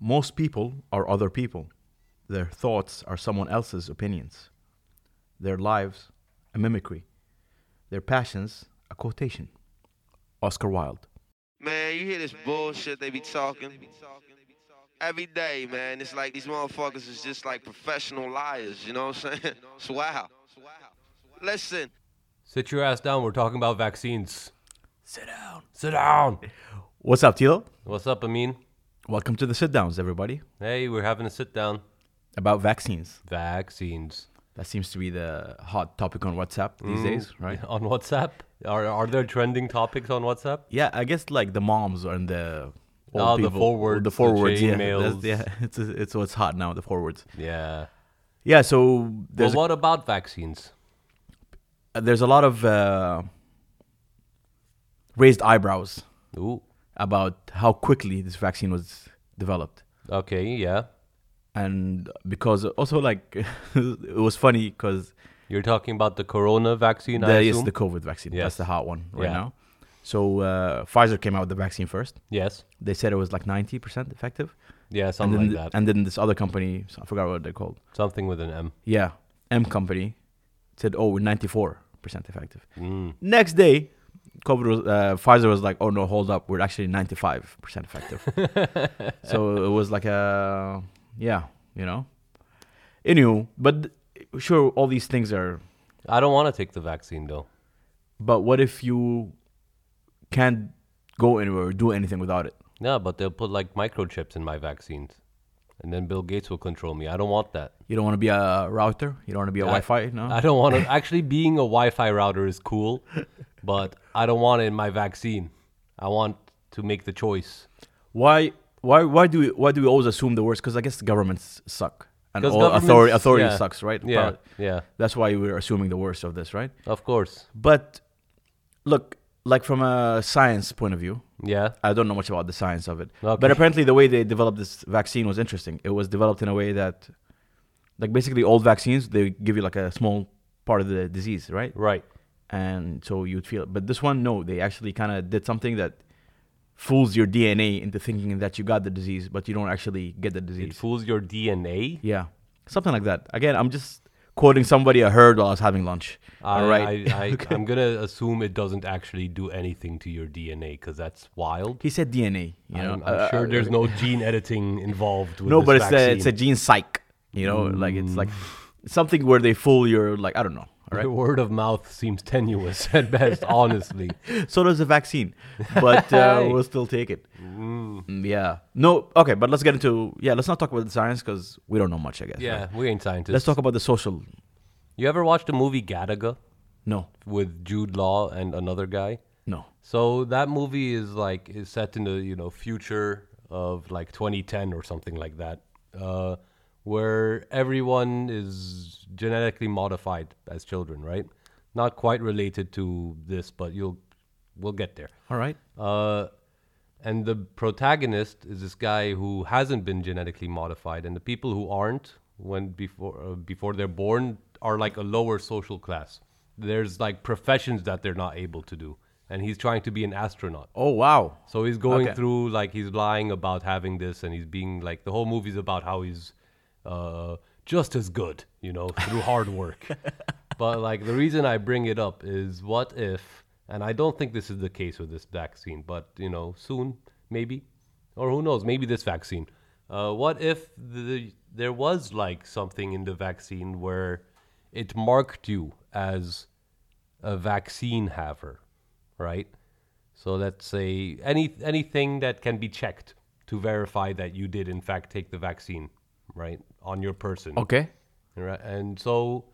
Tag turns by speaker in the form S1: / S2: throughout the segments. S1: Most people are other people. Their thoughts are someone else's opinions. Their lives, a mimicry. Their passions, a quotation. Oscar Wilde.
S2: Man, you hear this bullshit they be talking every day, man. It's like these motherfuckers is just like professional liars, you know what I'm saying? It's wow. Listen,
S3: Sit your ass down. We're talking about vaccines.
S1: Sit down.
S3: Sit down.
S1: What's up, Tilo?
S3: What's up, Amin?
S1: Welcome to the sit downs, everybody,
S3: Hey, we're having a sit down.
S1: about vaccines.
S3: Vaccines.
S1: That seems to be the hot topic on WhatsApp these
S3: Mm-hmm.
S1: days, right?
S3: On WhatsApp? Are, are there trending topics on WhatsApp?
S1: Yeah, I guess like the moms and the old
S3: Oh, the
S1: people-
S3: forwards,
S1: the
S3: the
S1: forwards,
S3: chain
S1: yeah, that's-
S3: mails.
S1: yeah, it's it's what's hot now, the forwards.
S3: Yeah.
S1: Yeah, so
S3: Well,
S1: there's
S3: what about vaccines?
S1: a, there's a lot of uh, raised eyebrows
S3: Ooh.
S1: about how quickly this vaccine was developed,
S3: Okay, yeah.
S1: and because also like it was funny because
S3: You're talking about the corona vaccine, I
S1: the, yes,
S3: assume?
S1: the COVID vaccine that's
S3: Yes.
S1: the hot one right
S3: Yeah.
S1: now. So uh, Pfizer came out with the vaccine first.
S3: yes.
S1: They said it was like 90% effective.
S3: Yeah,
S1: and
S3: something
S1: then,
S3: like
S1: th-
S3: that.
S1: and then this other company, so I forgot what they're called.
S3: something with an M.
S1: Yeah, M company said, "Oh, we're ninety-four percent effective."
S3: Mm.
S1: Next day, COVID was, uh, Pfizer was like, "Oh no, hold up, we're actually ninety-five percent effective." so it was like a yeah, you know. Anywho, but th- sure, all these things are.
S3: I don't want to take the vaccine, though.
S1: But what if you can't go anywhere or do anything without it?
S3: No, but they'll put like microchips in my vaccines. And then Bill Gates will control me. I don't want that.
S1: You don't want to be a router. You don't want to be a
S3: I-
S1: Wi-Fi. No.
S3: I don't want to. Actually, being a Wi-Fi router is cool, but I don't want it in my vaccine. I want to make the choice
S1: why why why do we why do we always assume the worst? Because I guess the governments suck and
S3: 'Cause
S1: all authority
S3: governments-
S1: authority
S3: yeah.
S1: sucks, right?
S3: Yeah,
S1: But
S3: yeah,
S1: that's why we're assuming the worst of this, right?
S3: of course.
S1: But look, like from a science point of view,
S3: Yeah,
S1: I don't know much about the science of it. But
S3: Okay.
S1: apparently, the way they developed this vaccine was interesting. It was developed in a way that, like basically, old vaccines they give you like a small part of the disease, right?
S3: right.
S1: and so you'd feel it. But this one, no, they actually kind of did something that fools your DNA into thinking that you got the disease, but you don't actually get the
S3: It
S1: disease.
S3: fools your DNA.
S1: yeah, something like that. Again, I'm just quoting somebody I heard while I was having lunch.
S3: I,
S1: All right,
S3: I, I, I'm gonna assume it doesn't actually do anything to your DNA because that's wild.
S1: he said DNA. You know,
S3: I'm, I'm
S1: Uh,
S3: sure
S1: uh,
S3: there's no gene editing involved with
S1: no,
S3: this
S1: but it's a,
S3: vaccine. Mm.
S1: it's a gene psych. You know, like it's like something where they fool your like I don't know. All right.
S3: The word of mouth seems tenuous at best, honestly.
S1: so does the vaccine, but uh, we'll still take it. Mm, Yeah. No. Okay, but let's get into yeah. Let's not talk about the science because we don't know much. I guess. right?
S3: Yeah, we ain't scientists.
S1: Let's talk about the social.
S3: You ever watched the movie Gattaca
S1: No,
S3: with Jude Law and another guy?
S1: no.
S3: So that movie is like is set in the you know future of like 2010 or something like that, uh, where everyone is genetically modified as children, right? Not quite related to this, but you'll we'll get there.
S1: All right.
S3: Uh, and the protagonist is this guy who hasn't been genetically modified, and the people who aren't, when before uh, before they're born, are like a lower social class. There's like professions that they're not able to do, and he's trying to be an astronaut.
S1: Oh wow.
S3: So he's going
S1: Okay.
S3: through like he's lying about having this, and he's being like the whole movie's about how he's uh, just as good, you know, through hard work. but like the reason I bring it up is what if, and I don't think this is the case with this vaccine, but you know, soon maybe, or who knows, maybe this vaccine. Uh, what if the, there was like something in the vaccine where it marked you as a vaccine haver, right? So let's say any anything that can be checked to verify that you did in fact take the vaccine, right, on your person.
S1: Okay.
S3: Right. And so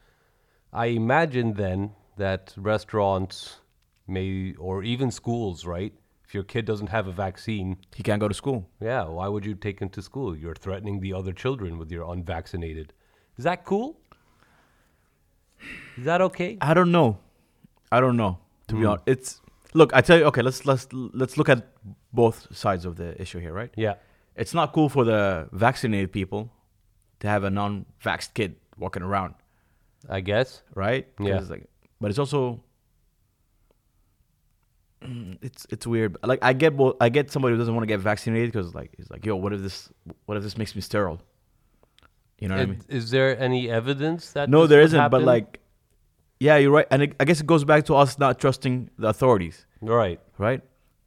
S3: I imagine then that restaurants may or even schools, right? If your kid doesn't have a vaccine,
S1: He can't go to school.
S3: yeah, why would you take him to school? You're threatening the other children with your unvaccinated. Is that cool? Is that okay?
S1: I don't know. I don't know. To
S3: Mm.
S1: be honest, it's look. I tell you. Okay. Let's let's let's look at both sides of the issue here. Right.
S3: Yeah.
S1: It's not cool for the vaccinated people to have a non-vaxxed kid walking around.
S3: I guess.
S1: Right. 'Cause
S3: Yeah.
S1: it's like- but it's also. mm, it's it's weird. Like I get both, I get somebody who doesn't want to get vaccinated because like he's like, yo, what if this what if this makes me sterile? You know what I mean?
S3: Is- Is there any evidence that
S1: No,
S3: this
S1: there
S3: would
S1: isn't. But
S3: happen?
S1: like, yeah, you're right. And it, I guess it goes back to us not trusting the authorities,
S3: right,
S1: right?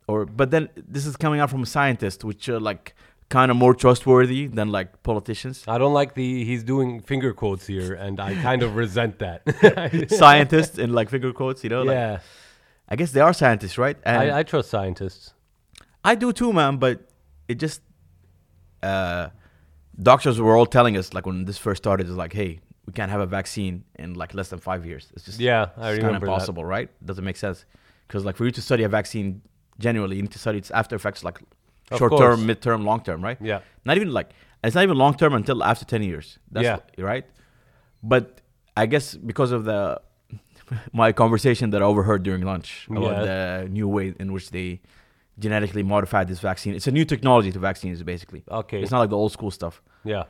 S1: Or but then this is coming out from a scientist, which are like kind of more trustworthy than like politicians.
S3: I don't like the he's doing finger quotes here, and I kind of resent that.
S1: scientists in like figure quotes, you know? Like,
S3: yeah,
S1: I guess they are scientists, right? And
S3: I, I trust scientists.
S1: I do too, man. But it just uh, doctors were all telling us like when this first started, it's like, hey, we can't have a vaccine in like less than five years. It's just
S3: Yeah, I
S1: it's
S3: remember that.
S1: impossible, right? Doesn't make sense because like for you to study a vaccine generally, you need to study its after effects like
S3: Of
S1: short
S3: course.
S1: term, mid term, long term, right?
S3: Yeah.
S1: Not even like it's not even long term until after ten years. That's
S3: Yeah.
S1: what- right. But I guess because of the my conversation that I overheard during lunch about
S3: Yeah.
S1: the new way in which they genetically modified this vaccine. It's a new technology to vaccines, basically.
S3: Okay.
S1: It's not like the old school stuff.
S3: Yeah,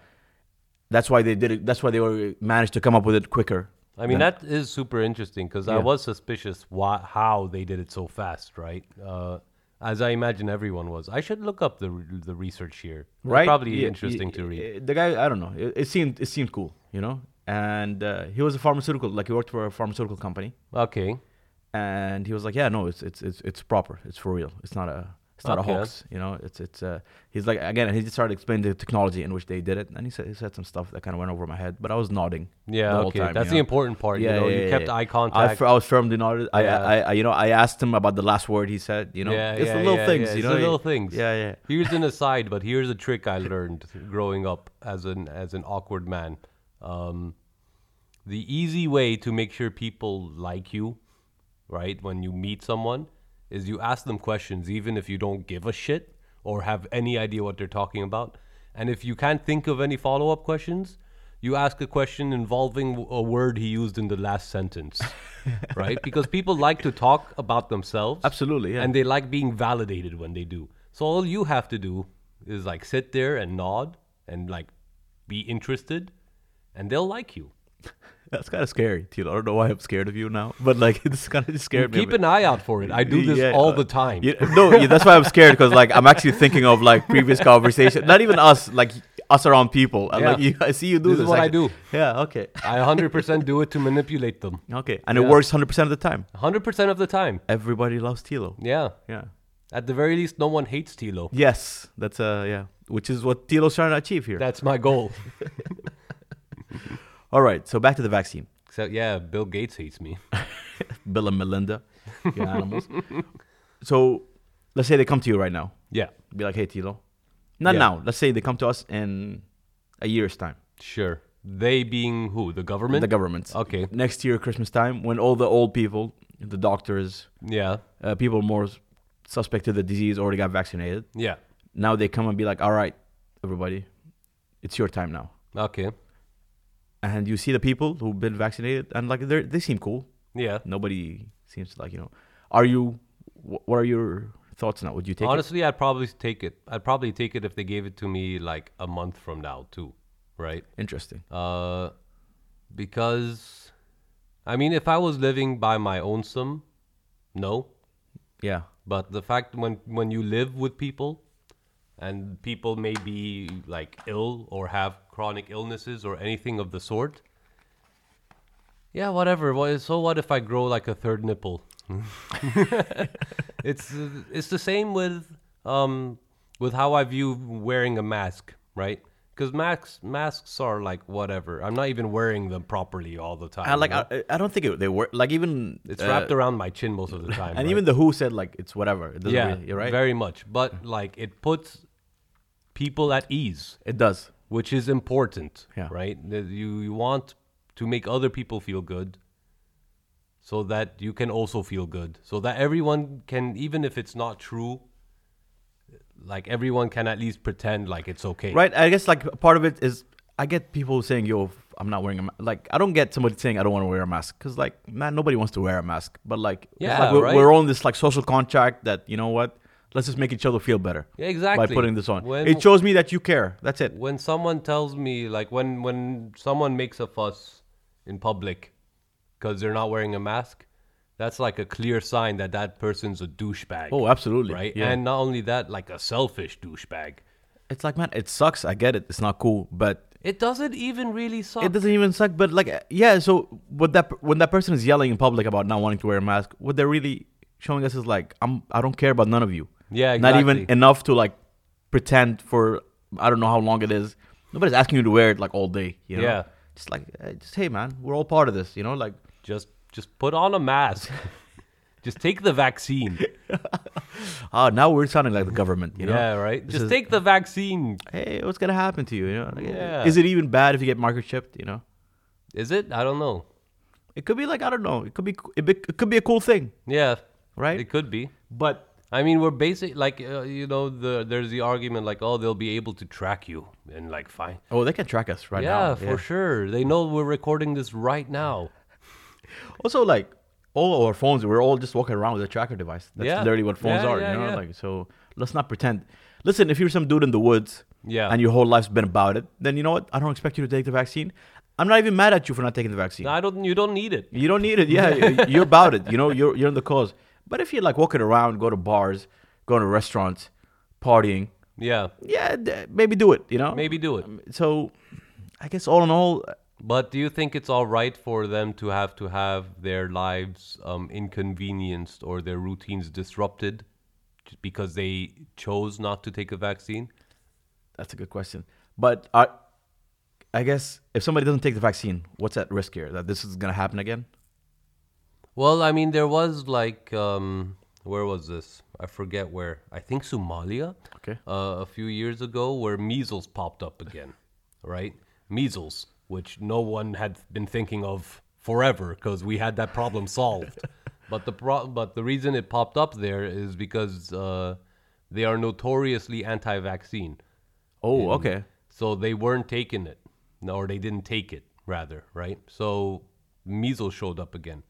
S1: That's why they did it. That's why they were, managed to come up with it quicker.
S3: I mean
S1: than-
S3: that is super interesting because I
S1: Yeah.
S3: was suspicious why, how they did it so fast, right? Uh, as I imagine everyone was. I should look up the re- the research here. It's
S1: right?
S3: probably
S1: Yeah,
S3: interesting
S1: yeah,
S3: to read.
S1: yeah, The guy, I don't know. It, it seemed it seemed cool, you know. And uh, he was a pharmaceutical, like he worked for a pharmaceutical company,
S3: Okay,
S1: and he was like, "Yeah, no, it's it's it's, it's proper. It's for real. It's not a it's not
S3: Okay.
S1: a hoax, you know. It's it's uh, he's like again. He just started explaining the technology in which they did it, and he said he said some stuff that kind of went over my head, but I was nodding.
S3: yeah,
S1: the whole
S3: okay,
S1: time,
S3: that's
S1: you
S3: the
S1: know?
S3: important part. you know, you kept
S1: yeah.
S3: eye
S1: I,
S3: contact.
S1: f- I was firmly nodded. I,
S3: Yeah.
S1: I, I, you know, I asked him about the last word he said. You know,
S3: Yeah,
S1: it's
S3: yeah,
S1: the little
S3: yeah,
S1: things.
S3: yeah,
S1: You
S3: it's
S1: know,
S3: the little things.
S1: Yeah, yeah.
S3: Here's an aside, but here's a trick I learned growing up as an as an awkward man. Um, the easy way to make sure people like you, right, when you meet someone, is you ask them questions, even if you don't give a shit or have any idea what they're talking about. And if you can't think of any follow up questions, you ask a question involving a word he used in the last sentence, right? Because people like to talk about themselves.
S1: Absolutely, yeah.
S3: And they like being validated when they do. So all you have to do is like sit there and nod and like be interested, and they'll like you.
S1: That's kind of scary, Tilo. I don't know why I'm scared of you now, but like this kind of scared me. a
S3: Keep
S1: bit.
S3: an eye out for it. I do this
S1: Yeah,
S3: all
S1: uh,
S3: the time.
S1: Yeah, no, yeah, that's why I'm scared because like I'm actually thinking of like previous conversation. Not even us, like us around people. I'm
S3: Yeah.
S1: like, you, I see you do
S3: This
S1: this.
S3: is what I
S1: actually.
S3: do.
S1: Yeah. Okay.
S3: I 100% do it to manipulate them.
S1: Okay. And
S3: Yeah.
S1: it works 100 percent of the time.
S3: 100% of the time.
S1: Everybody loves Tilo.
S3: Yeah.
S1: Yeah.
S3: At the very least, no one hates Tilo.
S1: Yes. That's uh yeah, which is what Tilo's trying to achieve here.
S3: That's my goal.
S1: All right. So back to the vaccine.
S3: Except, yeah, Bill Gates hates me.
S1: Bill and Melinda, your animals. so let's say they come to you right now.
S3: Yeah,
S1: Be like, hey, Tilo. Not
S3: Yeah.
S1: now. Let's say they come to us in a year's time.
S3: sure. They being who? The government?
S1: The government.
S3: Okay.
S1: Next year, Christmas time, when all the old people, the doctors,
S3: Yeah.
S1: uh, people more s- suspect of the disease already got vaccinated.
S3: Yeah.
S1: Now they come and be like, all right, everybody, it's your time now.
S3: Okay.
S1: And you see the people who've been vaccinated, and like they they seem cool.
S3: Yeah.
S1: Nobody seems to like you know. Are you? wh- What are your thoughts now? Would you take
S3: Honestly, I'd probably take it. I'd probably take it if they gave it to me like a month from now too, right?
S1: it? Interesting.
S3: Uh, because, I mean, if I was living by my own sum, no.
S1: Yeah.
S3: But the fact when when you live with people, and people may be like ill or have chronic illnesses or anything of the sort. Yeah, whatever. Wha- So what if I grow like a third nipple? it's uh, it's the same with um with how I view wearing a mask, right? Because masks masks are like whatever. I'm not even wearing them properly all the time.
S1: I like.
S3: you know?
S1: I, I don't think it, they were like even.
S3: it's
S1: uh,
S3: wrapped around my chin most of the time.
S1: And
S3: right?
S1: even the WHO said like it's whatever. It doesn't
S3: yeah,
S1: really, you're right.
S3: Very much, but like it puts people at ease,
S1: it does.
S3: which is important,
S1: Yeah.
S3: right? That You you want to make other people feel good, so that you can also feel good, so that everyone can, even if it's not true, like everyone can at least pretend like it's okay,
S1: Right. I guess like part of it is I get people saying, "Yo, I'm not wearing a ma-. like." I don't get somebody saying, "I don't want to wear a mask," because like, man, nobody wants to wear a mask. But like, it's
S3: Yeah,
S1: like we're,
S3: right.
S1: we're on this like social contract that you know what? Let's just make each other feel better.
S3: Yeah, exactly.
S1: By putting this on,
S3: When-
S1: it shows me that you care. That's it.
S3: when someone tells me like when when someone makes a fuss in public because they're not wearing a mask that's like a clear sign that that person's a douchebag.
S1: Oh, absolutely.
S3: Right?
S1: Yeah.
S3: And not only that, like a selfish douchebag.
S1: It's like, man, it sucks. I get it. It's not cool, but
S3: It doesn't even really suck.
S1: it doesn't even suck. But like, uh, yeah. So what that when that person is yelling in public about not wanting to wear a mask, what they're really showing us is like, I'm I don't care about none of you.
S3: Yeah,
S1: Not even
S3: exactly.
S1: enough to like pretend for I don't know how long it is. Nobody's asking you to wear it like all day. You know?
S3: Yeah.
S1: Just like, eh, just hey, man, we're all part of this. You know, like.
S3: just just put on a mask. just take the vaccine.
S1: Ah, now we're sounding like the government, you know?
S3: yeah, right?
S1: This
S3: Just
S1: is-
S3: take the vaccine.
S1: Hey, what's gonna happen to you? You know? Like,
S3: Yeah.
S1: Is it even bad if you get microchipped? You know,
S3: Is it? I don't know.
S1: it could be like I don't know. It could be it, be, it could be a cool thing,
S3: Yeah.
S1: right?
S3: It could be.
S1: but
S3: I mean, we're basic like uh, you know, the there's the argument like, oh, they'll be able to track you and like fine.
S1: oh, they can track us right now.
S3: yeah, for sure. They know we're recording this right now.
S1: Also, like all our phones, we're all just walking around with a tracker device. That's
S3: Yeah.
S1: literally what phones
S3: Yeah,
S1: are.
S3: yeah,
S1: you know,
S3: yeah.
S1: like so. Let's not pretend. Listen, if you're some dude in the woods,
S3: Yeah.
S1: and your whole life's been about it, then you know what? I don't expect you to take the vaccine. I'm not even mad at you for not taking the vaccine.
S3: I don't. You don't need it.
S1: You don't need it. Yeah, y- you're about it. You know, you're you're in the cause. But if you're like walking around, go to bars, go to restaurants, partying,
S3: Yeah,
S1: yeah, d- maybe do it. You know,
S3: maybe do it.
S1: So, I guess all in all,
S3: But do you think it's all right for them to have to have their lives um, inconvenienced or their routines disrupted just because they chose not to take a vaccine?
S1: that's a good question. But I, I guess if somebody doesn't take the vaccine, what's at risk here? That this is gonna happen again?
S3: Well, I mean, there was like, um, where was this? I forget where. I think Somalia.
S1: Okay.
S3: Uh, a few years ago, where measles popped up again, right? Measles, which no one had been thinking of forever because we had that problem solved. but the pro- but the reason it popped up there is because uh, they are notoriously anti-vaccine,
S1: Oh, okay.
S3: so they weren't taking it, no, or they didn't take it rather, right? So measles showed up again.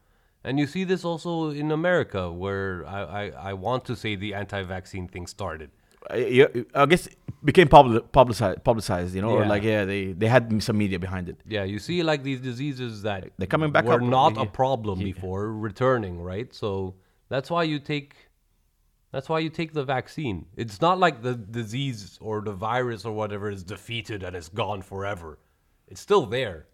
S3: And you see this also in America, where I, I, I want to say the anti-vaccine thing started.
S1: I, you- I guess it became public, publicized, publicized. You know, or
S3: Yeah.
S1: like yeah, they they had some media behind it.
S3: Yeah, you see like these diseases that
S1: They're coming back up.
S3: were not
S1: Yeah.
S3: a problem before returning, right? So that's why you take that's why you take the vaccine. It's not like the disease or the virus or whatever is defeated and it's gone forever. It's still there.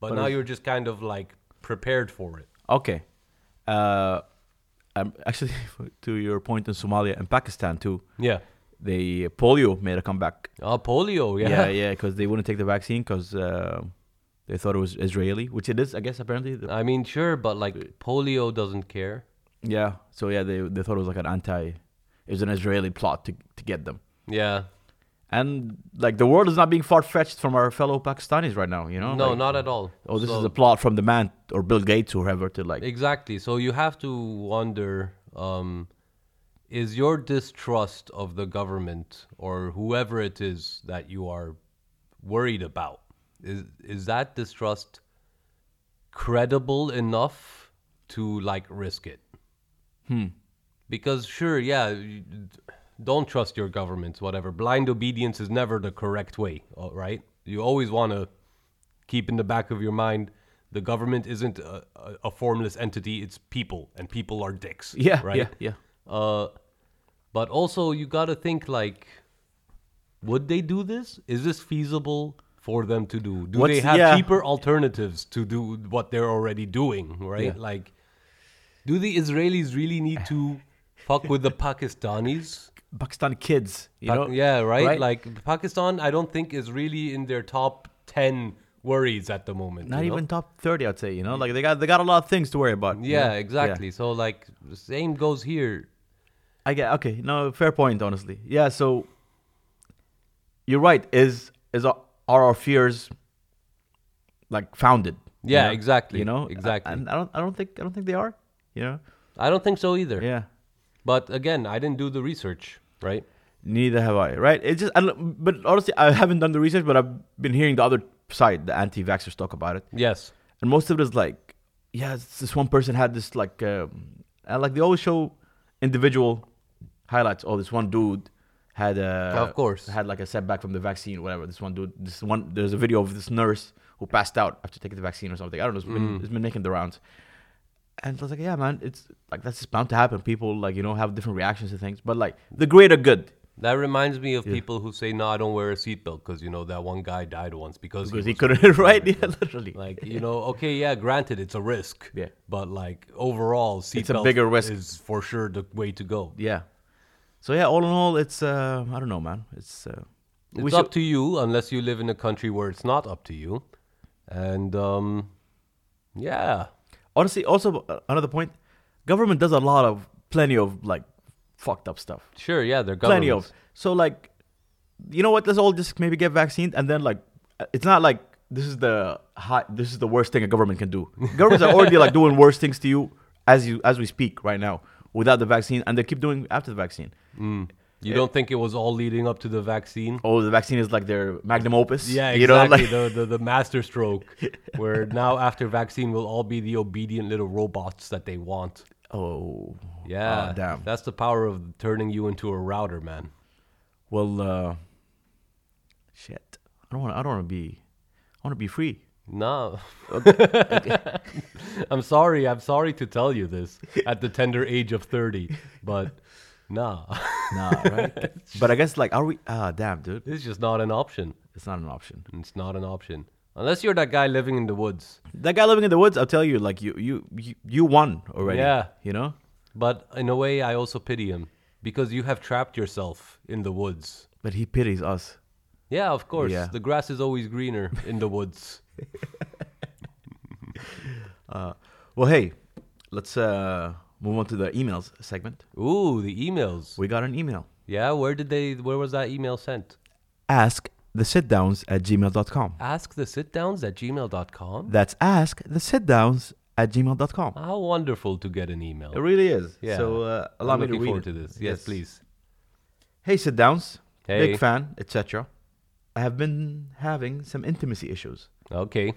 S3: But, now you're just kind of like prepared for it.
S1: Okay. Uh, um, actually, to your point in Somalia and Pakistan too,
S3: Yeah.
S1: they polio made a comeback.
S3: Uh, polio,
S1: Yeah,
S3: yeah.
S1: yeah, because they wouldn't take the vaccine because uh, they thought it was Israeli, which it is, I guess. Apparently, The-
S3: I mean, sure, but like polio doesn't care.
S1: yeah. So yeah, they they thought it was like an anti, it was an Israeli plot to to get them.
S3: Yeah.
S1: And like the world is not being far fetched from our fellow Pakistanis right now, you know.
S3: No,
S1: Like,
S3: not at all.
S1: Oh, this
S3: So-
S1: is a plot from the man or Bill Gates or whoever to like.
S3: Exactly. So you have to wonder um, is your distrust of the government or whoever it is that you are worried about is is that distrust credible enough to like risk it? Hmm. Because sure, yeah, you- don't trust your governments, whatever. Blind obedience is never the correct way, all right? You always want to keep in the back of your mind the government isn't a, a, a formless entity it's people and people are dicks
S1: yeah,
S3: right
S1: yeah, yeah.
S3: Uh, but also you got to think like would they do this is this feasible for them to do do they
S1: What's-
S3: have
S1: yeah.
S3: cheaper alternatives to do what they're already doing right like do the israelis really need to fuck with the pakistanis
S1: Pakistan kids, you
S3: Pak-
S1: know.
S3: yeah, right? Like Pakistan, I don't think is really in their top ten worries at the moment.
S1: not
S3: you know?
S1: even top 30 i'd say you know like they got they got a lot of things to worry about you
S3: Yeah,
S1: know?
S3: exactly. So like, same goes here.
S1: i get okay no fair point honestly yeah so you're right is is our, are our fears like founded you
S3: Yeah,
S1: know?
S3: exactly,
S1: you know
S3: exactly.
S1: and i don't i don't think i don't think they are you know
S3: I don't think so either.
S1: yeah
S3: But again, I didn't do the research, right?
S1: neither have i right it's just I don't, but honestly i haven't done the research but i've been hearing the other side the anti-vaxxers talk about it
S3: Yes.
S1: and most of it is like yeah it's this one person had this like um, and like they always show individual highlights oh this one dude had a
S3: Of course.
S1: had like a setback from the vaccine whatever this one dude this one there's
S3: Mm.
S1: a video of this nurse who passed out after taking the vaccine or something i don't know it's been, it's been making the rounds And I was like, yeah, man, it's like that's just bound to happen. People like you know have different reactions to things, but like the greater good.
S3: That reminds me of people who say, "No, I don't wear a seatbelt because you know that one guy died once because,
S1: Because
S3: he,
S1: he
S3: was-
S1: couldn't, right? Yeah, literally.
S3: like you know, okay, yeah, granted, it's a risk,
S1: Yeah.
S3: but like overall, seatbelt
S1: a bigger risk.
S3: is for sure the way to go.
S1: yeah. So yeah, all in all, it's uh, I don't know, man. It's uh,
S3: It's up to you, unless you live in a country where it's not up to you, and um, yeah,
S1: honestly also uh, another point government does a lot of plenty of like fucked up stuff
S3: sure, yeah, they're
S1: plenty
S3: governments.
S1: of so like you know what let's all just maybe get vaccinated and then like uh, it's not like this is the high, this is the worst thing a government can do governments are already like doing worse things to you as you as we speak right now without the vaccine and they keep doing after the vaccine
S3: Mm. You don't think it was all leading up to the vaccine?
S1: oh the vaccine is like their magnum opus
S3: Yeah,
S1: you know
S3: exactly.
S1: like
S3: the, the the master stroke, where now after vaccine we'll all be the obedient little robots that they want.
S1: oh
S3: Yeah,
S1: Ah, damn
S3: That's the power of turning you into a router, man.
S1: well uh shit i don't want i don't want to be i want to be free
S3: No, I'm sorry. I'm sorry to tell you this at the tender age of thirty, but nah,
S1: Nah, right? but I guess like, are we? Ah, damn, dude,
S3: it's just not an option.
S1: it's not an option.
S3: It's not an option unless you're that guy living in the woods.
S1: That guy living in the woods, I'll tell you, like, you you you, you won already.
S3: Yeah.
S1: you know.
S3: But in a way, I also pity him because you have trapped yourself in the woods.
S1: But he pities us.
S3: Yeah, of course.
S1: Yeah.
S3: The grass is always greener in the woods.
S1: Well, hey, let's uh move on to the emails segment.
S3: Ooh, the emails.
S1: We got an email.
S3: Yeah, where did they? Where was that email sent?
S1: Ask the sitdowns at gmail.com.
S3: Ask the sitdowns at gmail.com.
S1: That's ask the sitdowns at gmail.com.
S3: How wonderful to get an email.
S1: It really is.
S3: Yeah.
S1: So uh,
S3: I'm
S1: allow me to
S3: looking
S1: read
S3: forward
S1: it.
S3: to this. Yes, please.
S1: Hey, sit downs.
S3: Hey.
S1: Big fan, etc. I have been having some intimacy issues.
S3: Okay.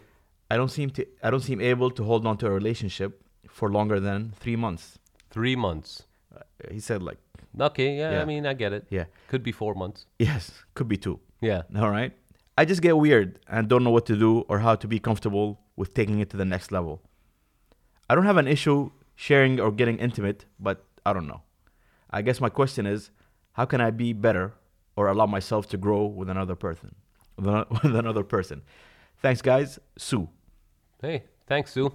S1: I don't seem to I don't seem able to hold on to a relationship for longer than three months.
S3: Three months.
S1: Uh, He said like
S3: Okay. Yeah, I
S1: Yeah.
S3: mean, I get it.
S1: Yeah.
S3: Could be four months.
S1: yes, could be two.
S3: Yeah.
S1: All right. I just get weird and don't know what to do or how to be comfortable with taking it to the next level. I don't have an issue sharing or getting intimate, but I don't know. I guess my question is, how can I be better or allow myself to grow with another person? With ano- with another person. Thanks, guys. Sue.
S3: Hey, thanks, Sue.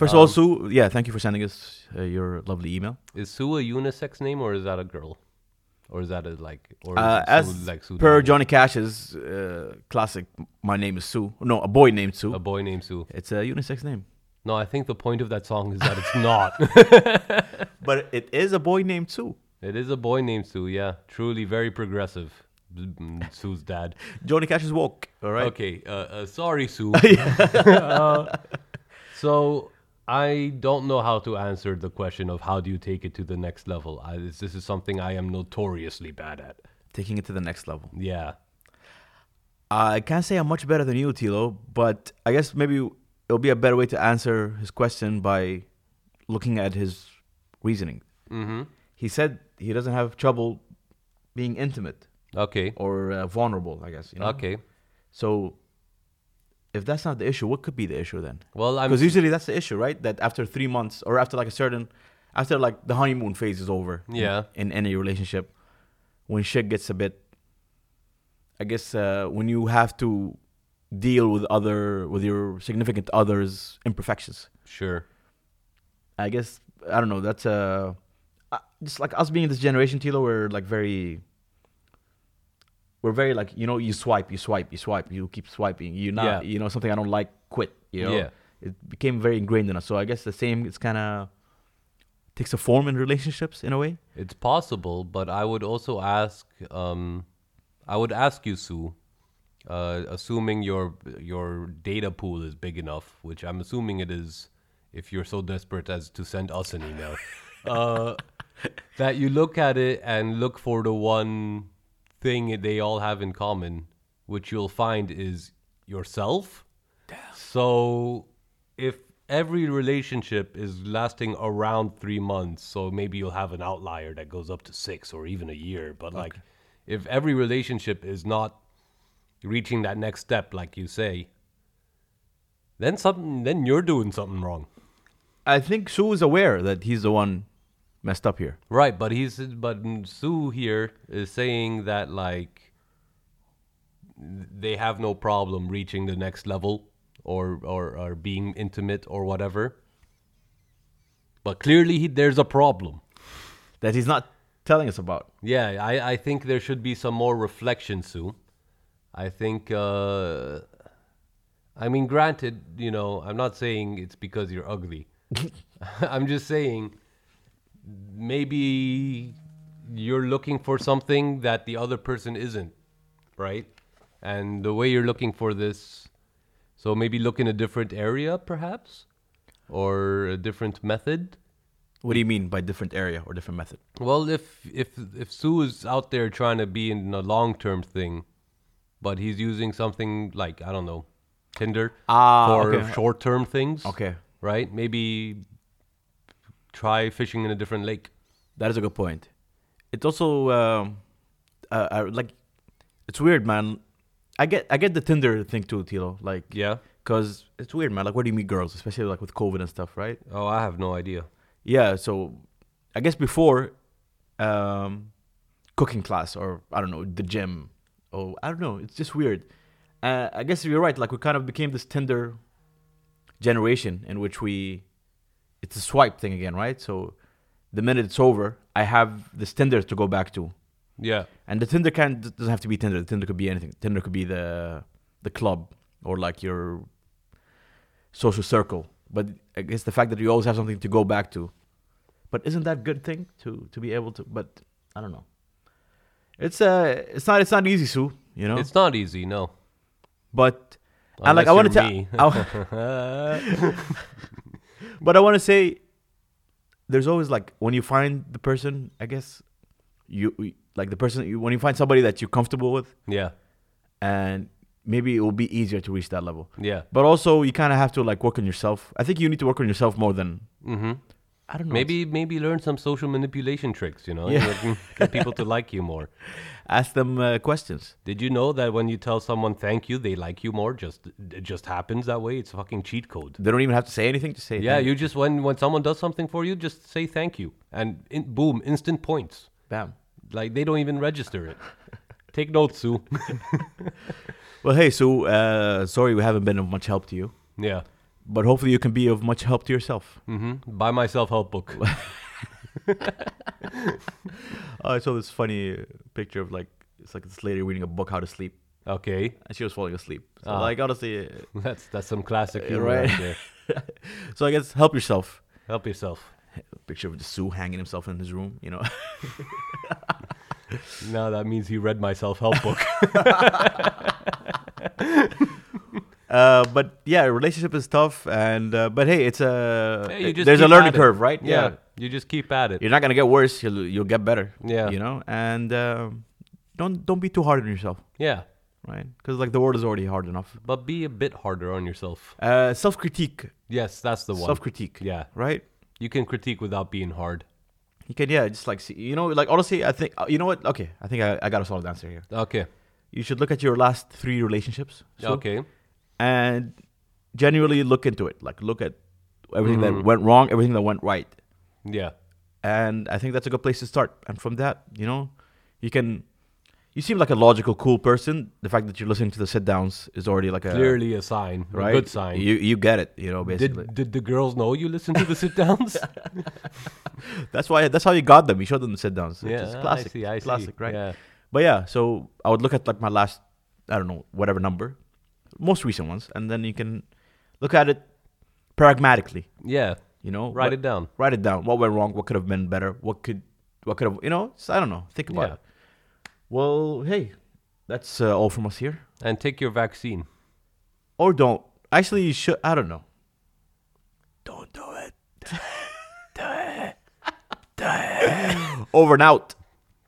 S1: First of all, Sue, yeah, thank you for sending us uh, your lovely email.
S3: Is Sue a unisex name or is that a girl? Or is that a like? Or is
S1: Uh,
S3: it
S1: as
S3: Sue, like Sue
S1: per
S3: Daniels?
S1: Johnny Cash's uh, classic, my name is Sue. No, a boy named Sue.
S3: a boy named Sue.
S1: it's a unisex name,
S3: No, I think the point of that song is that it's not.
S1: but it is a boy named Sue.
S3: it is a boy named Sue. Yeah, truly very progressive. Mm, Sue's dad.
S1: Johnny Cash's woke. All right.
S3: Okay, uh, uh, sorry, Sue. Uh, so I don't know how to answer the question of how do you take it to the next level. I, this, this is something I am notoriously bad at.
S1: Taking it to the next level.
S3: Yeah,
S1: I can't say I'm much better than you, Tilo, but I guess maybe it'll be a better way to answer his question by looking at his reasoning. Mm-hmm. He said he doesn't have trouble being intimate
S3: okay,
S1: or uh, vulnerable. I guess. You know?
S3: okay.
S1: So, if that's not the issue, what could be the issue then?
S3: Well, I'm
S1: Because usually that's the issue, right? That after three months or after like a certain, after like the honeymoon phase is over. in-
S3: Yeah.
S1: In, any relationship, when shit gets a bit, I guess uh, when you have to deal with other with your significant other's imperfections.
S3: sure.
S1: I guess I don't know. That's uh, uh, just like us being this generation, Tilo. We're like very, we're very like you know. You swipe, you swipe, you swipe. You keep swiping. You not,
S3: Yeah.
S1: you know, something I don't like. Quit. You know.
S3: Yeah.
S1: It became very ingrained in us. So I guess the same. It's kind of takes a form in relationships in a way.
S3: It's possible, but I would also ask. Um, I would ask you, Sue, uh, assuming your your data pool is big enough, which I'm assuming it is, if you're so desperate as to send us an email, uh, that you look at it and look for the one thing they all have in common, which you'll find is yourself. So if every relationship is lasting around three months, so maybe you'll have an outlier that goes up to six or even a year. But like if every relationship is not reaching that next step, like you say, then something then you're doing something wrong.
S1: I think Sue is aware that he's the one messed up here.
S3: Right, but he's but Sue here is saying that like they have no problem reaching the next level or or, or being intimate or whatever. But clearly, he, there's a problem.
S1: That he's not telling us about.
S3: Yeah, I, I think there should be some more reflection soon. I think, uh, I mean, granted, you know, I'm not saying it's because you're ugly. I'm just saying maybe you're looking for something that the other person isn't, right? And the way you're looking for this, so maybe look in a different area, perhaps, or a different method.
S1: What do you mean by different area or different method?
S3: Well, if if if Sue is out there trying to be in a long term thing, but he's using something like I don't know, Tinder
S1: Ah,
S3: for
S1: okay.
S3: short term things.
S1: Okay.
S3: right? Maybe try fishing in a different lake.
S1: That is a good point. It's also um, uh, I, like it's weird, man. I get I get the Tinder thing too, Tilo. Like,
S3: Yeah.
S1: because it's weird, man. Like, where do you meet girls, especially like with COVID and stuff, right?
S3: Oh, I have no idea.
S1: Yeah. So, I guess before, um, cooking class or I don't know the gym or I don't know. It's just weird. Uh, I guess you're right. Like, we kind of became this Tinder generation in which we it's a swipe thing again, right? So the minute it's over, I have this Tinder to go back to,
S3: Yeah.
S1: and the Tinder can doesn't have to be Tinder. The Tinder could be anything. Tinder could be the the club or like your social circle. But I guess the fact that you always have something to go back to, but isn't that a good thing to to be able to? But I don't know. It's uh, it's not it's not easy, Sue. You know,
S3: It's not easy, no.
S1: but I like I want
S3: Unless
S1: to
S3: you're me.
S1: but I want to say, there's always like when you find the person, I guess you like the person you, when you find somebody that you're comfortable with,
S3: Yeah.
S1: and maybe it will be easier to reach that level.
S3: Yeah.
S1: But also, you kind of have to like work on yourself. I think you need to work on yourself more than
S3: Mm-hmm.
S1: I don't know.
S3: Maybe maybe learn some social manipulation tricks, you know?
S1: Yeah.
S3: Get people to like you more.
S1: ask them uh, questions.
S3: Did you know that when you tell someone thank you, they like you more? Just it just happens that way. It's a fucking cheat code.
S1: They don't even have to say anything. Just say
S3: Yeah,
S1: thank
S3: you just when when someone does something for you, just say thank you, and in, boom, instant points.
S1: Bam.
S3: Like they don't even register it. Take notes, Sue.
S1: Well, hey, Sue. Uh, sorry, we haven't been of much help to you,
S3: yeah.
S1: but hopefully, you can be of much help to yourself.
S3: hmm Buy myself help book. Mm-hmm.
S1: I saw this funny uh, picture of like it's like this lady reading a book how to sleep,
S3: Okay,
S1: and she was falling asleep. So,
S3: Ah.
S1: like honestly, uh,
S3: that's that's some classic humor
S1: right.
S3: right there.
S1: so I guess help yourself.
S3: Help yourself.
S1: Picture of the Sue hanging himself in his room, you know.
S3: No, that means he read my self help book.
S1: Uh, but yeah, relationship is tough, and uh, but hey, it's a
S3: Hey, you just
S1: there's a
S3: keep
S1: learning
S3: at it.
S1: curve, right?
S3: you just keep at it.
S1: you're not gonna get worse. You'll you'll get better.
S3: Yeah.
S1: you know, and um, don't don't be too hard on yourself,
S3: Yeah,
S1: right? Because like the world is already hard enough.
S3: but be a bit harder on yourself.
S1: Uh, self critique,
S3: Yes, that's the one.
S1: self critique.
S3: Yeah.
S1: right.
S3: You can critique without being hard.
S1: You can, yeah, just like see, you know, like honestly, I think uh, you know what? Okay, I think I, I got a solid answer here.
S3: Okay.
S1: You should look at your last three relationships, so-
S3: okay.
S1: and genuinely look into it. Like look at everything
S3: Mm.
S1: that went wrong, everything that went right,
S3: Yeah.
S1: and I think that's a good place to start. And from that, you know, you can. You seem like a logical, cool person. The fact that you're listening to the sit downs is already like a
S3: Clearly a sign.
S1: Uh, right?
S3: A good sign.
S1: You you get it, you know, basically.
S3: did, did the girls know you listen to the sit downs?
S1: That's why that's how you got them. You showed them the sit downs.
S3: Yeah,
S1: Yeah, it's
S3: Ah, I
S1: classic.
S3: see, I
S1: it's
S3: see.
S1: classic, right?
S3: Yeah.
S1: But yeah, so I would look at like my last, I don't know, whatever number, most recent ones, and then you can look at it pragmatically.
S3: yeah.
S1: You know,
S3: Write
S1: What-
S3: it down.
S1: Write it down. What went wrong? What could have been better? What could, what could have, you know? It's, I don't know. Think about
S3: Yeah.
S1: it. Well, hey, that's uh, all from us here.
S3: And take your vaccine.
S1: Or don't. Actually, you should. I don't know. Don't do it. Do it. Do it. Over and out.